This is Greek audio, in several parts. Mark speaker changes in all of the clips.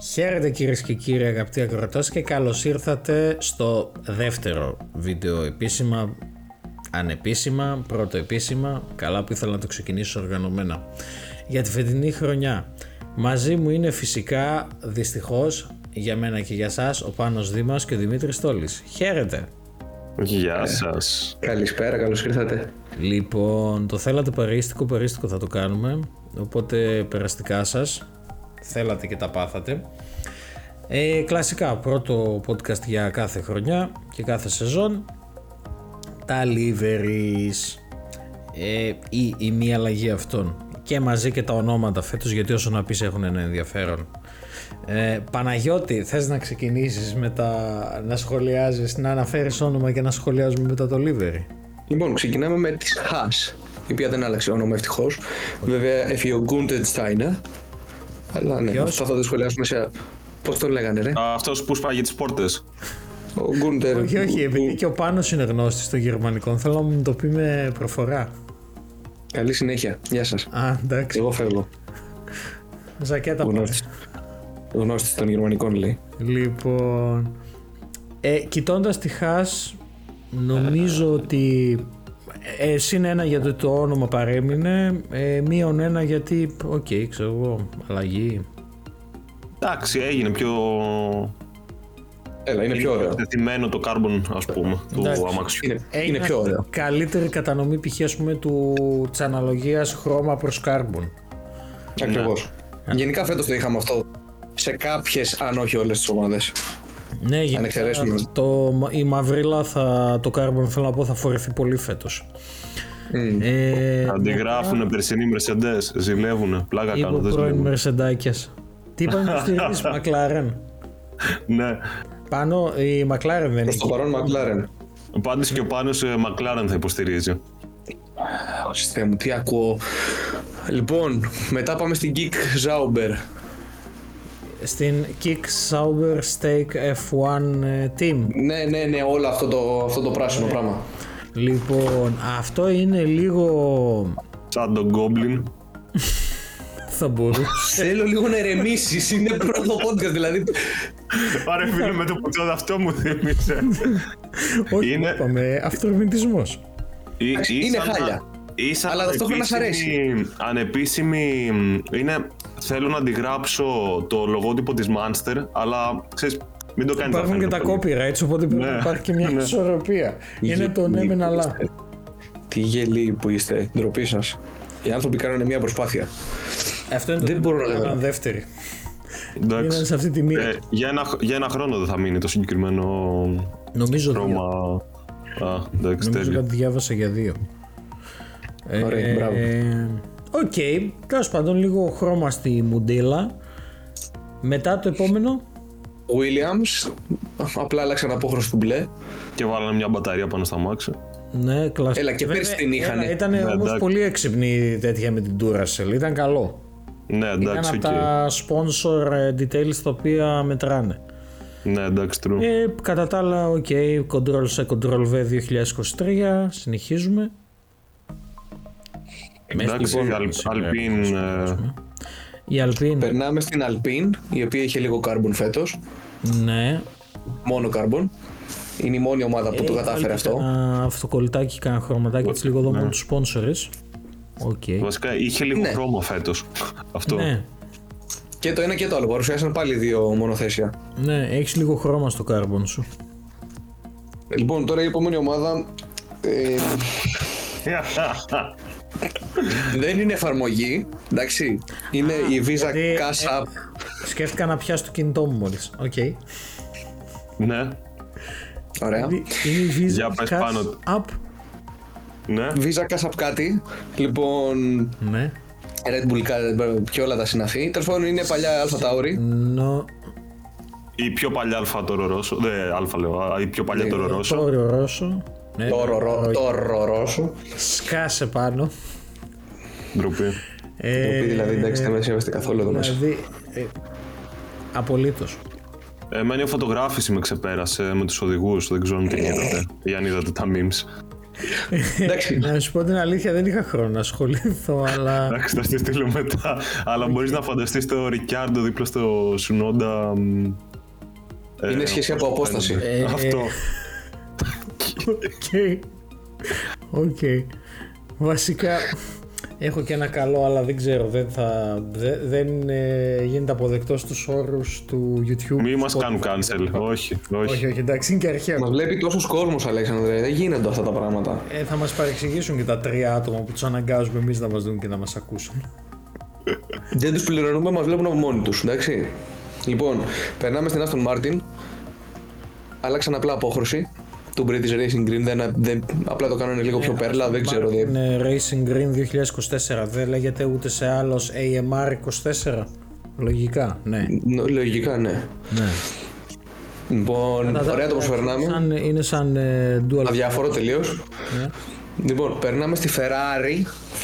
Speaker 1: Χαίρετε κυρίες και κύριοι αγαπητοί ακροατές και καλώς ήρθατε στο δεύτερο βίντεο επίσημα, ανεπίσημα, πρώτο επίσημα, καλά που ήθελα να το ξεκινήσω οργανωμένα, για τη φετινή χρονιά. Μαζί μου είναι φυσικά, δυστυχώς, για μένα και για σας, ο Πάνος Δήμας και ο Δημήτρης Τόλης. Χαίρετε! Ε.
Speaker 2: Γεια σας.
Speaker 3: Καλησπέρα, καλώς ήρθατε.
Speaker 1: Λοιπόν, το θέλατε παρίστικο, παρίστικο θα το κάνουμε, οπότε περαστικά σας, θέλατε και τα πάθατε. Ε, κλασικά, πρώτο podcast για κάθε χρονιά και κάθε σεζόν. Τα liveries ε, ή η μία αλλαγή αυτών. Και μαζί και τα ονόματα φέτος, γιατί όσο να πεις έχουν ένα ενδιαφέρον. Ε, Παναγιώτη, θες να ξεκινήσεις με τα, να σχολιάζεις, να αναφέρεις όνομα και να σχολιάζουμε μετά το livery.
Speaker 3: Λοιπόν, ξεκινάμε με τη Χάς, η οποία δεν άλλαξε όνομα ευτυχώς. Βέβαια, έφυγε ο Γκούντετ Στάινα. Αλλά ναι,
Speaker 1: Ποιος?
Speaker 3: αυτό θα το σχολιάσουμε σε. Πώς τον λέγανε, ρε.
Speaker 2: Αυτός που σπάγει τις πόρτες.
Speaker 3: Ο Γκούντερ.
Speaker 1: Όχι, όχι, επειδή και ο Πάνος είναι γνώστης των γερμανικών, θέλω να μου το πει με προφορά.
Speaker 3: Καλή συνέχεια. Γεια σας.
Speaker 1: Α, εντάξει,
Speaker 3: Εγώ φεύγω.
Speaker 1: ζακέτα
Speaker 3: Ο
Speaker 1: πάνω.
Speaker 3: γνώστης- Ο γνώστης των Γερμανικών λέει.
Speaker 1: Λοιπόν. Ε, Κοιτώντας τη Χάς, νομίζω ότι ε, συν ένα γιατί το όνομα παρέμεινε, ε, μείον ένα γιατί, οκ, ξέρω εγώ, αλλαγή.
Speaker 2: Εντάξει, έγινε πιο.
Speaker 3: Έλα, είναι πιο ωραίο.
Speaker 2: εκτεθειμένο το carbon, ας πούμε,
Speaker 1: Εντάξει.
Speaker 2: του αμαξιού.
Speaker 3: Είναι, είναι πιο ωραίο.
Speaker 1: Καλύτερη κατανομή π.χ. ας πούμε του, της αναλογίας χρώμα προς κάρμπον.
Speaker 3: Ακριβώ. Γενικά φέτος το είχαμε αυτό σε κάποιες, αν όχι όλες τις ομάδες.
Speaker 1: Ναι, γενικά
Speaker 3: εξαιρέσουμε.
Speaker 1: το, η μαυρίλα, θα, το κάρμπον θέλω να πω, θα φορεθεί πολύ φέτος. Ε,
Speaker 2: Αντιγράφουν περσινοί Mercedes, ζηλεύουν, πλάκα
Speaker 1: είπε ο
Speaker 2: κάνουν. δεν
Speaker 1: πρώην
Speaker 2: ζηλεύουν.
Speaker 1: Μερσεντάκιας. Τι είπαμε να στηρίζεις Μακλάρεν.
Speaker 2: Ναι.
Speaker 1: Πάνω η Μακλάρεν δεν
Speaker 3: Προς το
Speaker 1: είναι.
Speaker 3: παρόν, Μακλάρεν.
Speaker 2: Πάντω και ο Πάνος ε, McLaren θα υποστηρίζει.
Speaker 3: Όχι, Θεέ μου, τι ακούω. Λοιπόν, μετά πάμε στην Geek Zauber.
Speaker 1: Στην Kick Sauber Stake F1 ε, Team.
Speaker 3: Ναι, ναι, ναι, όλο αυτό το, αυτό το πράσινο πράγμα.
Speaker 1: Λοιπόν, αυτό είναι λίγο.
Speaker 2: Σαν τον Goblin.
Speaker 1: θα μπορούσε.
Speaker 3: Θέλω λίγο να ερεμήσεις. Είναι πρώτο podcast, δηλαδή.
Speaker 2: Άρα φίλε με το που το αυτό μου θύμισε.
Speaker 1: Όχι,
Speaker 2: Είναι-
Speaker 1: είπαμε, αυτορμητισμός.
Speaker 2: Ή- ή
Speaker 3: είναι
Speaker 2: σαν να-
Speaker 3: χάλια.
Speaker 2: ή σαν
Speaker 3: Αλλά ταυτόχρονα σ' αρέσει.
Speaker 2: ανεπίσημη- Ανεπίσημη είναι. Θέλω να αντιγράψω το λογότυπο της Monster, αλλά ξέρεις, μην το κάνεις
Speaker 1: Υπάρχουν και τα copyrights, οπότε πρέπει να
Speaker 2: Ναι.
Speaker 1: υπάρχει και μια
Speaker 2: Ναι.
Speaker 1: ισορροπία. Είναι το ναι, μεν αλλά.
Speaker 3: Τι γελοί που είστε, ντροπή σας. Οι άνθρωποι κάνουν μια προσπάθεια.
Speaker 1: Αυτό είναι το
Speaker 3: Δεν μπορώ να
Speaker 1: έκαναν
Speaker 3: καταλάβω.
Speaker 1: δεύτερη.
Speaker 2: Εντάξει.
Speaker 1: Μείναν σε αυτή τη μία.
Speaker 2: Ε, για, ένα, χ- για ένα χρόνο δεν θα μείνει το συγκεκριμένο
Speaker 1: Νομίζω
Speaker 2: χρώμα.
Speaker 1: δύο.
Speaker 2: Α, εντάξει,
Speaker 1: Νομίζω
Speaker 2: τέλειο.
Speaker 1: κάτι διάβασα για δύο.
Speaker 3: Ωραία,
Speaker 1: Ε,
Speaker 3: μπράβο.
Speaker 1: ε, Οκ, τέλος πάντων λίγο χρώμα στη μουντίλα. Μετά το επόμενο.
Speaker 3: Williams, απλά άλλαξαν απόχρωση του μπλε.
Speaker 2: Και βάλανε μια μπαταρία πάνω στα μάξι.
Speaker 1: Ναι, κλασικό.
Speaker 3: Έλα, και πέρσι την είχανε.
Speaker 1: Ήταν
Speaker 2: Ναι,
Speaker 1: όμως
Speaker 2: εντάξει.
Speaker 1: πολύ έξυπνη τέτοια με την Duracell. Ήταν καλό.
Speaker 2: Ναι,
Speaker 1: Ήταν
Speaker 2: εντάξει,
Speaker 1: από
Speaker 2: οκ.
Speaker 1: τα sponsor ε, details τα οποία μετράνε.
Speaker 2: Ναι, εντάξει, true.
Speaker 1: Ε, κατά τα άλλα, οκ, Control C, Control V 2023. Συνεχίζουμε.
Speaker 2: εντάξει,
Speaker 3: λοιπόν,
Speaker 2: Αλ- Αλπίν. ε,
Speaker 1: Η Alpine,
Speaker 3: Περνάμε στην Alpine, η οποία είχε λίγο carbon φέτος.
Speaker 1: ναι.
Speaker 3: Μόνο carbon. Είναι η μόνη ομάδα που το κατάφερε αυτό.
Speaker 1: Ένα αυτοκολλητάκι, κανένα χρωματάκι έτσι λίγο εδώ μόνο τους sponsors. Οκ.
Speaker 2: Βασικά είχε λίγο
Speaker 3: Ναι.
Speaker 2: χρώμα φέτος. Αυτό.
Speaker 1: Ναι,
Speaker 3: Και το ένα και το άλλο. Παρουσιάσαν πάλι δύο μονοθέσια.
Speaker 1: ναι, έχεις λίγο χρώμα στο carbon σου.
Speaker 3: Λοιπόν, τώρα η επόμενη ομάδα. ε, δεν είναι εφαρμογή, εντάξει. Είναι η Visa
Speaker 1: γιατί, ε,
Speaker 3: Cash App.
Speaker 1: Σκέφτηκα να πιάσω το κινητό μου μόλις. Οκ.
Speaker 2: ναι,
Speaker 3: Ωραία.
Speaker 1: Είναι η Visa
Speaker 2: Για πες
Speaker 1: Cash
Speaker 2: πάνω.
Speaker 1: App.
Speaker 2: ναι.
Speaker 3: Visa Cash App κάτι. Λοιπόν,
Speaker 1: Ναι.
Speaker 3: Red Bull Card και όλα τα συναφή. Τέλος πάντων είναι παλιά Αλφα Τάουρι.
Speaker 1: Ναι, Νο...
Speaker 2: Η πιο παλιά αλφα τόρο Ρώσο. Δε, αλφα λέω. α, Η πιο παλιά
Speaker 3: Ναι,
Speaker 2: τόρο Ρώσο.
Speaker 1: Τόρο Ρώσο. Ναι.
Speaker 3: Το ρορο- το ρορόσο.
Speaker 1: Σκάσε πάνω.
Speaker 2: Ντροπή.
Speaker 3: Το
Speaker 1: Ε,
Speaker 3: οποίο δηλαδή εντάξει δεν με σέβεστε καθόλου εδώ μέσα.
Speaker 1: δηλαδή. Ε, απολύτως.
Speaker 2: Ε,
Speaker 3: Ε.
Speaker 2: Εμένα η φωτογράφηση με ξεπέρασε με τους οδηγούς. Δεν ξέρω αν την είδατε ή αν είδατε τα memes.
Speaker 3: Εντάξει.
Speaker 1: να σου πω την αλήθεια, δεν είχα χρόνο να ασχοληθώ, αλλά.
Speaker 2: Εντάξει, θα στη στείλω μετά. Αλλά μπορείς να φανταστείς το Ρικιάρντο δίπλα στο Σουνόντα. μ, ε,
Speaker 3: Είναι σχέση από απόσταση.
Speaker 2: Ε, Αυτό.
Speaker 1: Οκ. Οκ. Βασικά έχω και ένα καλό αλλά δεν ξέρω δεν, θα, δε- δεν ε, γίνεται αποδεκτός στους όρους του YouTube
Speaker 2: Μη μας
Speaker 1: Spotify.
Speaker 2: κάνουν cancel. Όχι,
Speaker 1: Όχι,
Speaker 2: όχι.
Speaker 1: όχι, εντάξει, είναι και
Speaker 3: Μα
Speaker 1: αρχαίο.
Speaker 3: βλέπει τόσο κόσμο, Αλέξανδρε. Δεν γίνονται αυτά τα πράγματα.
Speaker 1: Ε, θα μας παρεξηγήσουν και τα τρία άτομα που τους αναγκάζουμε εμείς να μας δουν και να μας ακούσουν.
Speaker 3: Δεν τους πληρώνουμε, μας βλέπουν από μόνοι τους. Εντάξει. Λοιπόν, περνάμε στην Aston Martin. Αλλάξαν απλά απόχρωση. Το British Racing Green δεν, δεν, απλά το κάνανε λίγο
Speaker 1: Ε,
Speaker 3: πιο πέρλα, δεν ξέρω. Δεν,
Speaker 1: Είναι Racing Green 2024, δεν λέγεται ούτε σε άλλος AMR 24. Λογικά, ναι.
Speaker 3: Νο- Λογικά, ναι.
Speaker 1: ναι.
Speaker 3: Λοιπόν, ωραία το προσπερνάμε.
Speaker 1: Σαν- Ναι. είναι σαν ε, dual
Speaker 3: Αδιάφορο τελείως. Λοιπόν, περνάμε στη Ferrari.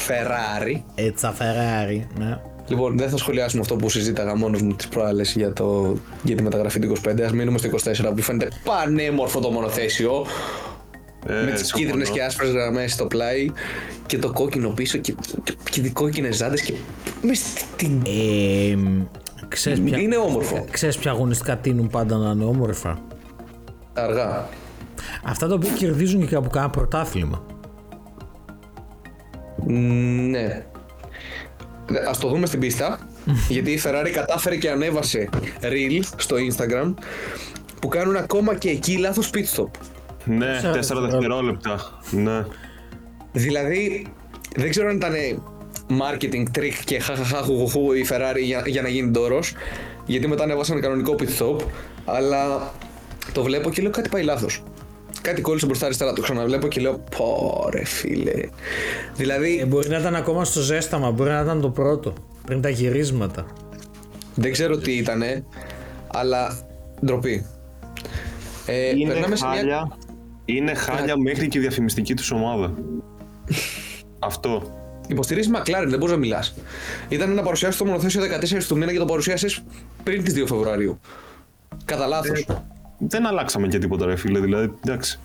Speaker 3: Ferrari.
Speaker 1: It's a Ferrari. Ε, Ναι.
Speaker 3: Λοιπόν, δεν θα σχολιάσουμε αυτό που συζήταγα μόνος μου τις προάλλες για, το... για τη μεταγραφή του 25. Ας μείνουμε στο 24 που φαίνεται πανέμορφο το μονοθέσιο.
Speaker 2: Ε,
Speaker 3: με τις
Speaker 2: συμφωνώ.
Speaker 3: κίτρινες και άσπρες γραμμές στο πλάι και το κόκκινο πίσω και, και, και οι κόκκινε ζάντες και. Μες στην.
Speaker 1: Ε, ξέρεις ποια,
Speaker 3: Είναι όμορφο.
Speaker 1: ξέρεις ποια αγωνιστικά τείνουν πάντα να είναι όμορφα.
Speaker 3: Αργά.
Speaker 1: Αυτά τα οποία κερδίζουν και από κανένα πρωτάθλημα.
Speaker 3: Ναι. Ας το δούμε στην πίστα, γιατί η Ferrari κατάφερε και ανέβασε reel στο Instagram που κάνουν ακόμα και εκεί λάθος pit stop.
Speaker 2: Ναι, 4 δευτερόλεπτα. Ναι.
Speaker 3: Δηλαδή, δεν ξέρω αν ήταν marketing trick και χαχαχαχουχουχου η Ferrari για, για να γίνει ντόρος, γιατί μετά ανέβασαν κανονικό pit stop, αλλά το βλέπω και λέω κάτι πάει λάθος. Κάτι κόλλησε μπροστά αριστερά, το ξαναβλέπω και λέω πω ρε φίλε. Δηλαδή,
Speaker 1: Ε, μπορεί να ήταν ακόμα στο ζέσταμα, μπορεί να ήταν το πρώτο. Πριν τα γυρίσματα.
Speaker 3: Δεν ξέρω τι ήτανε, αλλά ντροπή. Ε,
Speaker 2: Είναι
Speaker 3: περνάμε σε μια-
Speaker 2: χάλια, είναι χάλια μέχρι και η διαφημιστική τους ομάδα. Αυτό.
Speaker 3: Υποστηρίζει McLaren, δεν μπορείς να μιλάς. Ήταν να παρουσιάσει το μονοθέσιο 14 του μήνα και το παρουσίασες πριν τις 2 Φεβρουαρίου. Κατά λάθος.
Speaker 2: Ε, Δεν αλλάξαμε και τίποτα, ρε φίλε. Δηλαδή, εντάξει.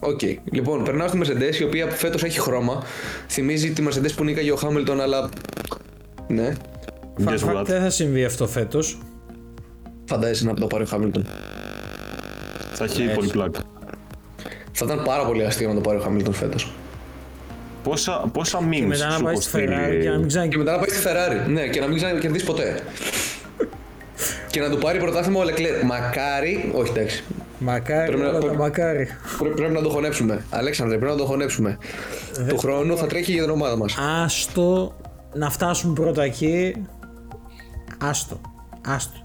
Speaker 3: Οκ. Λοιπόν, περνάω στη Mercedes, η οποία φέτος έχει χρώμα. Θυμίζει τη Mercedes που νίκαγε ο Χάμιλτον, αλλά. Ναι.
Speaker 2: Guess
Speaker 1: Fun fact,
Speaker 2: what.
Speaker 1: δεν θα συμβεί αυτό φέτος.
Speaker 3: Φαντάζεσαι να το πάρει ο Χάμιλτον.
Speaker 1: ε,
Speaker 2: Θα έχει πολύ πλάκα.
Speaker 3: Θα ήταν πάρα πολύ αστείο να το πάρει ο Χάμιλτον φέτος.
Speaker 2: Πόσα, πόσα memes
Speaker 1: Μετά να
Speaker 2: σου
Speaker 1: πάει
Speaker 2: έχω
Speaker 1: στη Ferrari και να μην
Speaker 2: στείλει.
Speaker 1: ξανακοιτάει.
Speaker 3: Και μετά να πάει στη Ferrari. Ναι, και να μην ξανακερδίσει ποτέ. και να του πάρει πρωτάθλημα ο Λεκλέρ. Μακάρι. Όχι, εντάξει.
Speaker 1: Μακάρι,
Speaker 3: Πρέπει να-
Speaker 1: όλα τα
Speaker 3: πρέπει-
Speaker 1: μακάρι.
Speaker 3: Πρέ- πρέπει να το χωνέψουμε. Αλέξανδρε, πρέπει να το χωνέψουμε. Του χρόνου θα τρέχει για την ομάδα μας.
Speaker 1: Άστο να φτάσουν πρώτα εκεί. Άστο. Άστο.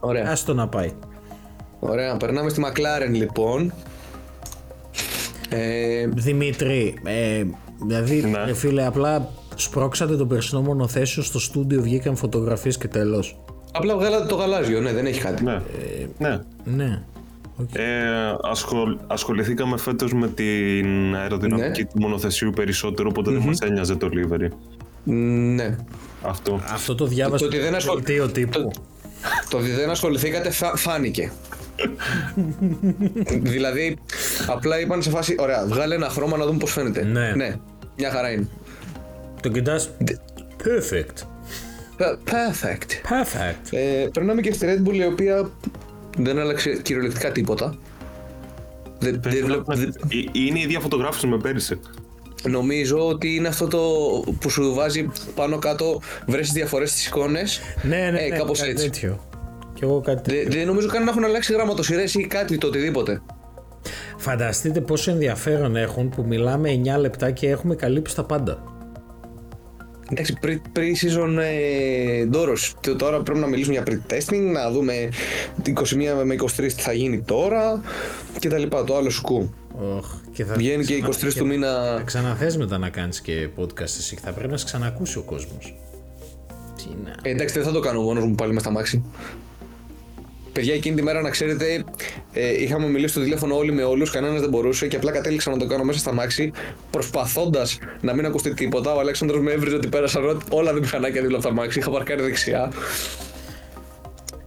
Speaker 3: Ωραία.
Speaker 1: Άστο να πάει.
Speaker 3: Ωραία. Περνάμε στη McLaren λοιπόν. Ε,
Speaker 1: Δημήτρη, ε, δηλαδή
Speaker 2: Ναι.
Speaker 1: ρε φίλε, απλά σπρώξατε το περσινό μονοθέσιο στο στούντιο, βγήκαν φωτογραφίες και τέλος.
Speaker 3: απλά βγάλατε το γαλάζιο, ναι, δεν έχει κάτι.
Speaker 2: Ναι. ναι.
Speaker 1: Ναι. Οκ.
Speaker 2: Ε, ασχολ- ασχοληθήκαμε φέτος με την αεροδυναμική
Speaker 3: Ναι.
Speaker 2: του μονοθεσίου περισσότερο, οπότε δεν μας ένοιαζε το livery.
Speaker 3: Ναι.
Speaker 2: Αυτό.
Speaker 1: Αυτό το διάβασα
Speaker 3: Το ότι δεν ασχολ-
Speaker 1: δελτίο τύπου.
Speaker 3: Το ότι δεν ασχοληθήκατε φα- φάνηκε. δηλαδή, απλά είπαν σε φάση, ωραία, βγάλε ένα χρώμα να δούμε πώς φαίνεται.
Speaker 1: Ναι.
Speaker 3: Μια χαρά είναι.
Speaker 1: Το κοιτάς. Perfect.
Speaker 3: Perfect.
Speaker 1: Perfect.
Speaker 3: Ε, περνάμε και στη Red Bull η οποία δεν άλλαξε κυριολεκτικά τίποτα. Δεν, δεν βλέπω- δεν-
Speaker 2: Ε, Είναι η ίδια φωτογράφηση με πέρυσι.
Speaker 3: νομίζω ότι είναι αυτό το που σου βάζει πάνω κάτω βρες τις διαφορές στις εικόνες.
Speaker 1: Ναι, ναι,
Speaker 3: ε,
Speaker 1: ναι,
Speaker 3: κάπως
Speaker 1: κάτι
Speaker 3: έτσι.
Speaker 1: τέτοιο. Κι εγώ κάτι τέτοιο.
Speaker 3: Δεν, δεν νομίζω καν να έχουν αλλάξει γραμματοσυρές ή κάτι το οτιδήποτε.
Speaker 1: Φανταστείτε πόσο ενδιαφέρον έχουν που μιλάμε 9 λεπτά και έχουμε καλύψει τα πάντα.
Speaker 3: Εντάξει, pre- pre-season ε, ντόρος. Τε- Τώρα πρέπει να μιλήσουμε για pre-testing, να δούμε 21 με 23 τι θα γίνει τώρα και τα λοιπά, το άλλο σκου.
Speaker 1: Οχ, και θα
Speaker 3: Βγαίνει και
Speaker 1: ξανα-
Speaker 3: 23 του μήνα
Speaker 1: Θα ξαναθες μετά να κάνεις και podcast εσύ. Θα πρέπει να σε ξανακούσει ο κόσμος. Τι να...
Speaker 3: Ε, εντάξει, δεν θα το κάνω μόνο μου πάλι με στα μάξι. Παιδιά, εκείνη τη μέρα, να ξέρετε, ε, είχαμε μιλήσει στο τηλέφωνο όλοι με όλους, κανένας δεν μπορούσε και απλά κατέληξα να το κάνω μέσα στα μάξι, προσπαθώντας να μην ακουστεί τίποτα. Ο Αλέξανδρος με έβριζε ότι πέρασαν ό- όλα τα μηχανάκια δίπλα από τα μάξι, είχα παρκάρει δεξιά.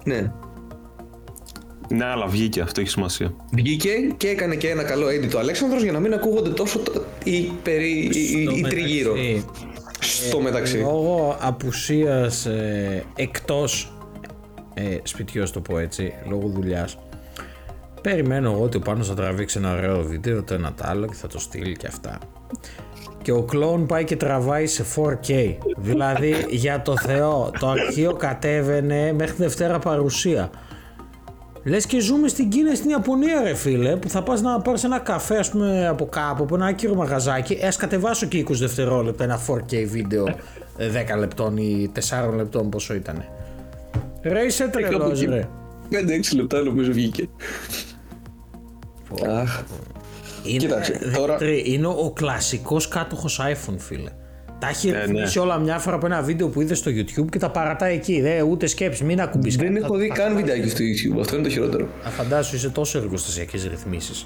Speaker 3: Ναι.
Speaker 2: Ναι, αλλά βγήκε, αυτό έχει σημασία.
Speaker 3: Βγήκε και έκανε και ένα καλό edit ο Αλέξανδρος για να μην ακούγονται τόσο τα- οι, περί, οι, οι-
Speaker 1: Στο
Speaker 3: οι τριγύρω.
Speaker 1: μεταξύ, Ε,
Speaker 3: Στο μεταξύ.
Speaker 1: Λόγω απουσίας ε, εκτός ε, σπιτιού, ας το πω έτσι, λόγω δουλειάς, περιμένω εγώ ότι ο Πάνος θα τραβήξει ένα ωραίο βίντεο, το ένα το άλλο και θα το στείλει και αυτά. Και ο κλόουν πάει και τραβάει σε 4K. δηλαδή, για το Θεό, το αρχείο κατέβαινε μέχρι Δευτέρα παρουσία. Λες και ζούμε στην Κίνα ή στην Ιαπωνία, ρε φίλε, που θα πας να πάρεις ένα καφέ, ας πούμε, από κάπου, από ένα άκυρο μαγαζάκι. Ε, ας κατεβάσω και 20 δευτερόλεπτα ένα 4K βίντεο ε, 10 λεπτών ή 4 λεπτών, πόσο ήταν. Ρε, είσαι τρελός,
Speaker 3: εκεί.
Speaker 1: ρε.
Speaker 3: 5-6 Ε, λεπτά νομίζω βγήκε. Αχ,
Speaker 1: Είναι,
Speaker 3: Κοίταξε, τώρα-
Speaker 1: ρε, είναι ο κλασικός κάτοχος iPhone, φίλε. Τα έχει
Speaker 2: ναι.
Speaker 1: ρυθμίσει όλα μια φορά από ένα βίντεο που είδες στο YouTube και τα παρατάει εκεί. Δε, ούτε σκέψη, μην ακουμπήσει.
Speaker 3: δεν έχω δει καν βιντεάκι στο YouTube, αυτό είναι το χειρότερο.
Speaker 1: Αφαντάσου, είσαι τόσο εργοστασιακές ρυθμίσεις.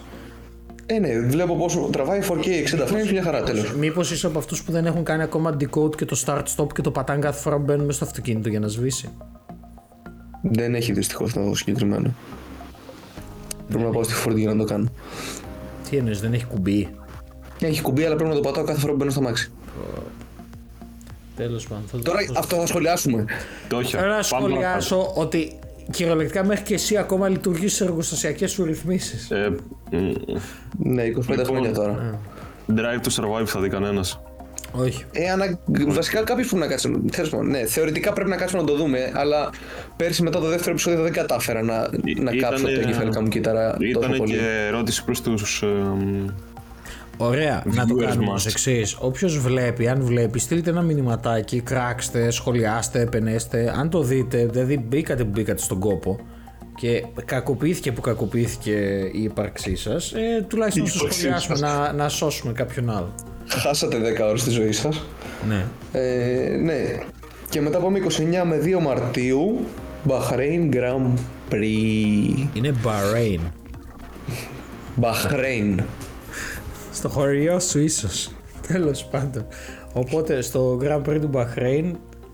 Speaker 3: Ε, ναι, βλέπω πόσο τραβάει 4K 60
Speaker 1: Ναι.
Speaker 3: frames, μια χαρά τέλος.
Speaker 1: Μήπως είσαι από αυτούς που δεν έχουν κάνει ακόμα decode και το start stop και το πατάνε κάθε φορά που μπαίνουν μέσα στο αυτοκίνητο για να σβήσει.
Speaker 3: Δεν έχει δυστυχώς το συγκεκριμένο. Πρέπει να πάω στη Ford για να το κάνω. Ναι,
Speaker 1: Τι εννοείς, δεν έχει κουμπί.
Speaker 3: Έχει κουμπί, αλλά πρέπει να το πατάω κάθε φορά που μπαίνω στο μάξι.
Speaker 1: Τέλος πάντων. θα το-
Speaker 3: Τώρα αυτό θα σχολιάσουμε.
Speaker 2: Το όχι.
Speaker 1: Θέλω να
Speaker 2: Πάμε παρακάτω.
Speaker 1: σχολιάσω ότι κυριολεκτικά μέχρι και εσύ ακόμα λειτουργείς σε εργοστασιακές σου ρυθμίσεις.
Speaker 2: Ε, μ,
Speaker 3: Ναι, 25
Speaker 1: Λοιπόν,
Speaker 3: χρόνια τώρα.
Speaker 2: drive to survive θα δει κανένας.
Speaker 1: Όχι.
Speaker 3: Ε, ανα... Βασικά κάποιο πρέπει να κάτσει. Τέλος πάντων, ναι, θεωρητικά πρέπει να κάτσουμε να το δούμε, αλλά πέρσι μετά το δεύτερο επεισόδιο δεν κατάφερα να, να
Speaker 2: Ήτανε-
Speaker 3: κάψω την εγκεφαλικά μου κύτταρα τόσο
Speaker 2: Ήταν
Speaker 3: πολύ.
Speaker 2: και ερώτηση ε, προς τους.
Speaker 1: Ωραία, να το
Speaker 2: Viewers
Speaker 1: κάνουμε
Speaker 2: must.
Speaker 1: ως εξής. Όποιος βλέπει, αν βλέπει, στείλτε ένα μηνυματάκι, κράξτε, σχολιάστε, επενέστε. Αν το δείτε, δηλαδή μπήκατε που μπήκατε στον κόπο και κακοποιήθηκε που κακοποιήθηκε η ύπαρξή σας, ε, τουλάχιστον να το
Speaker 2: ύπαρξή
Speaker 1: σχολιάσουμε, να, να σώσουμε κάποιον άλλο.
Speaker 3: Χάσατε 10 ώρες τη ζωή σας.
Speaker 1: Ναι.
Speaker 3: Ε, ναι. Και μετά πάμε 29 με 2 Μαρτίου, Bahrain Grand Prix.
Speaker 1: Είναι Bahrain.
Speaker 3: Bahrain.
Speaker 1: Στο χωριό σου, ίσως. Τέλος πάντων. Οπότε στο Grand Prix του Bahrain,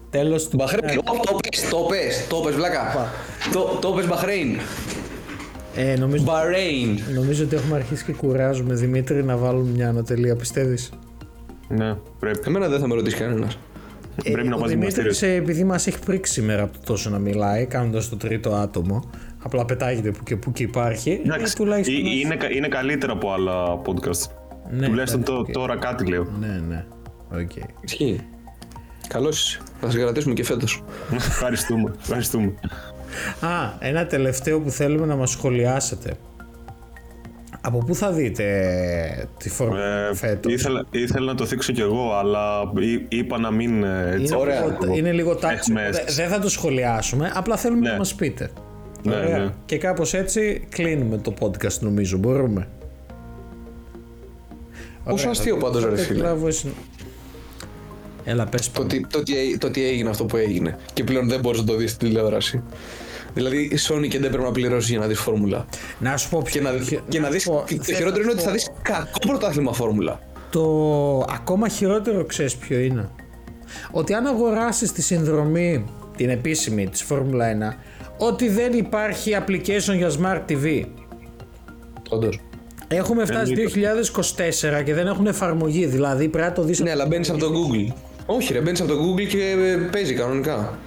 Speaker 1: τέλο του.
Speaker 3: Bahrain, Ω, το πες, το πες, το πες, βλάκα. Το, το πες Bahrain.
Speaker 1: Ε, νομίζω,
Speaker 3: Bahrain.
Speaker 1: νομίζω ότι έχουμε αρχίσει και κουράζουμε. Δημήτρη, να βάλουμε μια ανατελεία, πιστεύεις.
Speaker 2: Ναι, πρέπει.
Speaker 3: Εμένα δεν θα με ρωτήσει κανένας.
Speaker 2: πρέπει να
Speaker 1: Ε, ο
Speaker 2: πας
Speaker 1: Δημήτρης,
Speaker 2: γυμναστήριο.
Speaker 1: επειδή μας έχει πρίξει σήμερα από το τόσο να μιλάει, κάνοντας το τρίτο άτομο, απλά πετάγεται που και που και υπάρχει. Ε,
Speaker 2: Εντάξει,
Speaker 1: τουλάχιστον.
Speaker 2: ε, είναι, κα- είναι καλύτερα από άλλα podcast.
Speaker 1: Ναι,
Speaker 2: Τουλάχιστον
Speaker 1: εντάξει,
Speaker 2: το-
Speaker 1: οκ.
Speaker 2: τώρα κάτι λέω.
Speaker 1: Ναι, ναι. Okay.
Speaker 3: Ισχύει. Καλώς είσαι. Θα σε κρατήσουμε και φέτος.
Speaker 2: ευχαριστούμε. ευχαριστούμε.
Speaker 1: Α, ένα τελευταίο που θέλουμε να μας σχολιάσετε. Από πού θα δείτε ε, τη φορμούλα
Speaker 2: Ε,
Speaker 1: φέτος.
Speaker 2: ήθελα, ήθελα να το θίξω κι εγώ, αλλά ή- είπα να μην. ε, έτσι,
Speaker 1: Είναι,
Speaker 3: Ωραία.
Speaker 1: λίγο, είναι λίγο τάξη,
Speaker 2: Έχουμε
Speaker 1: οπότε
Speaker 2: αίσθηση.
Speaker 1: δεν θα το σχολιάσουμε, απλά θέλουμε
Speaker 2: Ναι.
Speaker 1: να μας πείτε.
Speaker 2: Ναι,
Speaker 1: Ωραία.
Speaker 2: ναι.
Speaker 1: Και κάπως έτσι κλείνουμε το podcast νομίζω, μπορούμε.
Speaker 3: Πόσο αστείο
Speaker 1: Ε,
Speaker 3: πάντως, ρε
Speaker 1: Θα
Speaker 3: φίλε.
Speaker 1: κλάβω εσύ- Έλα πες
Speaker 3: Το
Speaker 1: πάνω.
Speaker 3: ότι, το, ότι, έ- το ότι έγινε αυτό που έγινε. Και πλέον δεν μπορείς να το δεις στην τηλεόραση. Δηλαδή, η Sony και δεν πρέπει να πληρώσει για να δεις φόρμουλα.
Speaker 1: Να σου πω ποιο...
Speaker 3: Και να, και να
Speaker 1: σου
Speaker 3: δεις,
Speaker 1: πω,
Speaker 3: το
Speaker 1: δεν
Speaker 3: χειρότερο είναι ότι
Speaker 1: πω-
Speaker 3: θα δεις κακό πρωτάθλημα φόρμουλα.
Speaker 1: Το ακόμα χειρότερο ξέρεις ποιο είναι. Ότι αν αγοράσεις τη συνδρομή, την επίσημη της Φόρμουλα 1, ότι δεν υπάρχει application για Smart TV.
Speaker 3: Όντως.
Speaker 1: Έχουμε φτάσει 2024 και δεν έχουν εφαρμογή, δηλαδή πρέπει να το δεις...
Speaker 3: Ναι, αλλά μπαίνεις από το Google. Όχι, ρε, μπαίνεις από το Google και ε, παίζει κανονικά.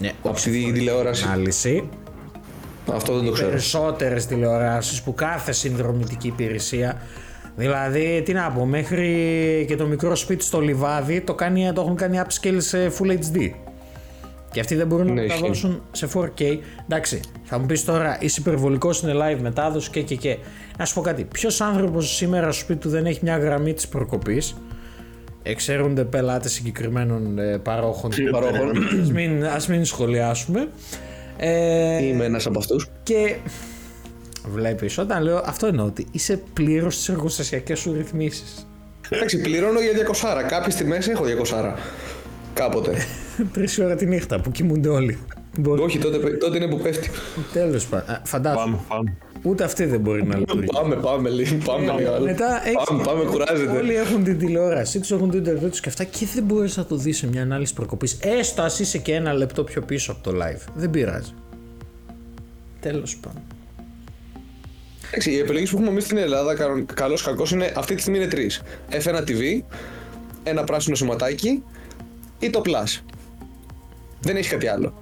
Speaker 1: Ναι,
Speaker 3: Από τη τηλεόραση.
Speaker 1: ανάλυση.
Speaker 3: Αυτό δεν το ξέρω.
Speaker 1: Περισσότερες τηλεοράσεις που κάθε συνδρομητική υπηρεσία Δηλαδή, τι να πω, μέχρι και το μικρό σπίτι στο λιβάδι το, κάνει, το έχουν κάνει upscale σε Full HD. Και αυτοί δεν μπορούν
Speaker 3: Ναι,
Speaker 1: να το
Speaker 3: ισχύει.
Speaker 1: δώσουν σε 4K. Εντάξει, θα μου πεις τώρα, είσαι υπερβολικός, είναι live μετάδοση και και και. Να σου πω κάτι. Ποιος άνθρωπος σήμερα στο σπίτι του δεν έχει μια γραμμή της προκοπής. Εξαίρονται πελάτες συγκεκριμένων ε, παρόχων.
Speaker 3: Παρόχων.
Speaker 1: ας, μην, ας μην σχολιάσουμε. Ε,
Speaker 3: Είμαι ένας από αυτούς.
Speaker 1: και βλέπεις, όταν λέω αυτό εννοώ ότι είσαι πλήρως στις εργοστασιακές σου ρυθμίσεις.
Speaker 3: Εντάξει, πληρώνω για 200. Κάποιε τιμέ έχω 200. Κάποτε.
Speaker 1: Ε. Τρεις ώρα τη νύχτα που κοιμούνται όλοι. Μπορεί.
Speaker 3: Όχι, τότε, τότε είναι που πέφτει.
Speaker 1: Τέλος πάντων. Α, Φαντάσου,
Speaker 2: Πάμε, πάμε.
Speaker 1: ούτε αυτή δεν μπορεί να λειτουργεί.
Speaker 3: Πάμε, πάμε, λέει. Πάμε, λέει.
Speaker 1: Μετά έχεις-
Speaker 3: Πάμε, πάμε, κουράζεται.
Speaker 1: Όλοι έχουν την τηλεόρασή του, έχουν το Ιντερνετ τους και αυτά και δεν μπορείς να το δεις σε μια ανάλυση προκοπής. Έστω ας είσαι και ένα λεπτό πιο πίσω από το live. Δεν πειράζει. Τέλος πάντων.
Speaker 3: Εντάξει, οι επιλογές που έχουμε εμείς στην Ελλάδα, καλός κακός, είναι αυτή τη στιγμή είναι τρεις. F1 TV, ένα πράσινο σωματάκι ή το Plus. Δεν έχει κάτι άλλο.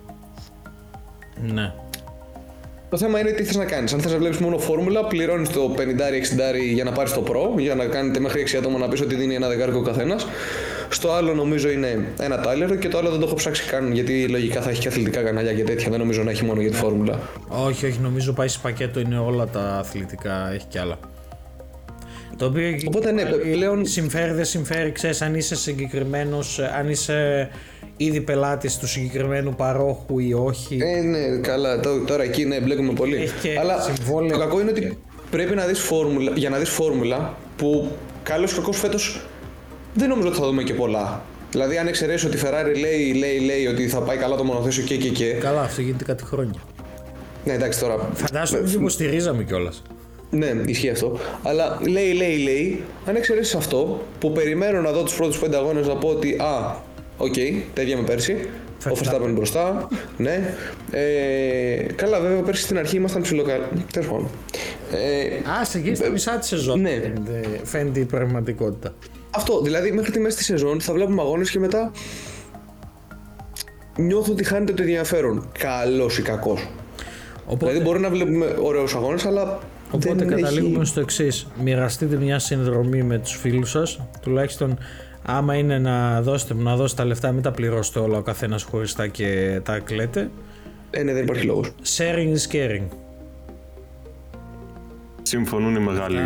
Speaker 1: Ναι.
Speaker 3: Το θέμα είναι τι θες να κάνεις. Αν θες να βλέπεις μόνο φόρμουλα, πληρώνεις το 50-60 για να πάρεις το Pro, για να κάνετε μέχρι 6 άτομα να πεις ότι δίνει ένα δεκάρικο καθένας. Στο άλλο νομίζω είναι ένα τάλερο και το άλλο δεν το έχω ψάξει καν γιατί λογικά θα έχει και αθλητικά κανάλια και τέτοια. Δεν νομίζω να έχει μόνο για τη φόρμουλα.
Speaker 1: Όχι, όχι, νομίζω πάει σε πακέτο είναι όλα τα αθλητικά, έχει κι άλλα. Το οποίο
Speaker 3: Οπότε, ναι, πλέον-
Speaker 1: συμφέρει, δεν συμφέρει, ξέρεις, αν είσαι συγκεκριμένος, ε, αν είσαι ήδη πελάτης του συγκεκριμένου παρόχου ή όχι.
Speaker 3: Ε, ναι, καλά. τό- Τώρα εκεί ναι, μπλέκουμε πολύ.
Speaker 1: Έχει και
Speaker 3: Αλλά
Speaker 1: συμβόλαιο.
Speaker 3: το κακό είναι ότι πρέπει να δεις φόρμουλα, για να δεις φόρμουλα που καλός ή κακός φέτος δεν νομίζω ότι θα δούμε και πολλά. Δηλαδή αν εξαιρέσεις ότι η Ferrari λέει, λέει, λέει ότι θα πάει καλά το μονοθέσιο και και και.
Speaker 1: Καλά, αυτό γίνεται κάτι χρόνια.
Speaker 3: Ναι εντάξει τώρα.
Speaker 1: Φαντάζομαι ότι υποστηρίζαμε κιόλας.
Speaker 3: Ναι, ισχύει αυτό. Αλλά λέει, λέει, λέει, αν εξαιρέσεις αυτό που περιμένω να δω τους πρώτους πέντε αγώνες να πω ότι Α, οκ, τα ίδια με πέρσι.
Speaker 1: Θα
Speaker 3: Ο Verstappen μπροστά. ναι. Ε, καλά, βέβαια πέρσι στην αρχή ήμασταν ψιλοκαλ. Τέλος πάντων. Ε,
Speaker 1: Α, σε εκεί στα μισά της σεζόν.
Speaker 3: ναι.
Speaker 1: φαίνεται- Ε, Φαίνεται η πραγματικότητα.
Speaker 3: αυτό, δηλαδή μέχρι τη μέση της σεζόν θα βλέπουμε αγώνες και μετά. Νιώθω ότι χάνεται το ενδιαφέρον. Καλός ή κακός.
Speaker 1: Οπότε,
Speaker 3: Δηλαδή μπορεί να βλέπουμε ωραίους αγώνες, αλλά.
Speaker 1: οπότε
Speaker 3: δεν
Speaker 1: καταλήγουμε
Speaker 3: έχει...
Speaker 1: στο εξής. Μοιραστείτε μια συνδρομή με τους φίλους σας. Τουλάχιστον άμα είναι να δώσετε, να δώσετε τα λεφτά, μην τα πληρώσετε όλα ο καθένας χωριστά και τα κλαίτε.
Speaker 3: Ε, ναι, δεν υπάρχει λόγος.
Speaker 1: Sharing is caring.
Speaker 2: Συμφωνούν οι μεγάλοι.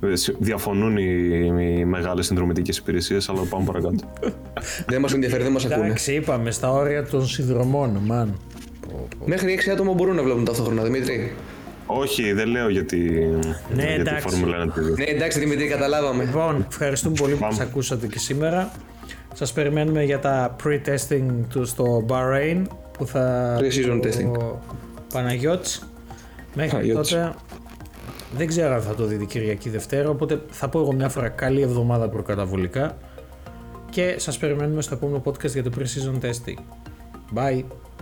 Speaker 2: ε, συ- Διαφωνούν οι, οι μεγάλες συνδρομητικές υπηρεσίες, αλλά πάμε παρακάτω.
Speaker 3: δεν μας ενδιαφέρει, δεν μας ακούνε.
Speaker 1: Εντάξει, είπαμε στα όρια των συνδρομών, μαν.
Speaker 3: Μέχρι 6 άτομα μπορούν να βλέπουν ταυτόχρονα, Δημήτρη.
Speaker 2: Όχι, δεν λέω γιατί.
Speaker 1: Ναι,
Speaker 2: για τη
Speaker 1: εντάξει.
Speaker 2: Φόρμουλα 1 TV.
Speaker 3: Ναι, εντάξει, Δημήτρη, καταλάβαμε.
Speaker 1: Λοιπόν, ευχαριστούμε πολύ που μας ακούσατε και σήμερα. Σας περιμένουμε για τα pre-testing του στο Bahrain που θα
Speaker 3: Pre-season
Speaker 1: το-
Speaker 3: testing.
Speaker 1: Παναγιώτης. Μέχρι
Speaker 3: Παναγιώτης.
Speaker 1: τότε δεν ξέρω αν θα το δείτε Κυριακή Δευτέρα, οπότε θα πω εγώ μια φορά καλή εβδομάδα προκαταβολικά και σας περιμένουμε στο επόμενο podcast για το pre-season testing. Bye!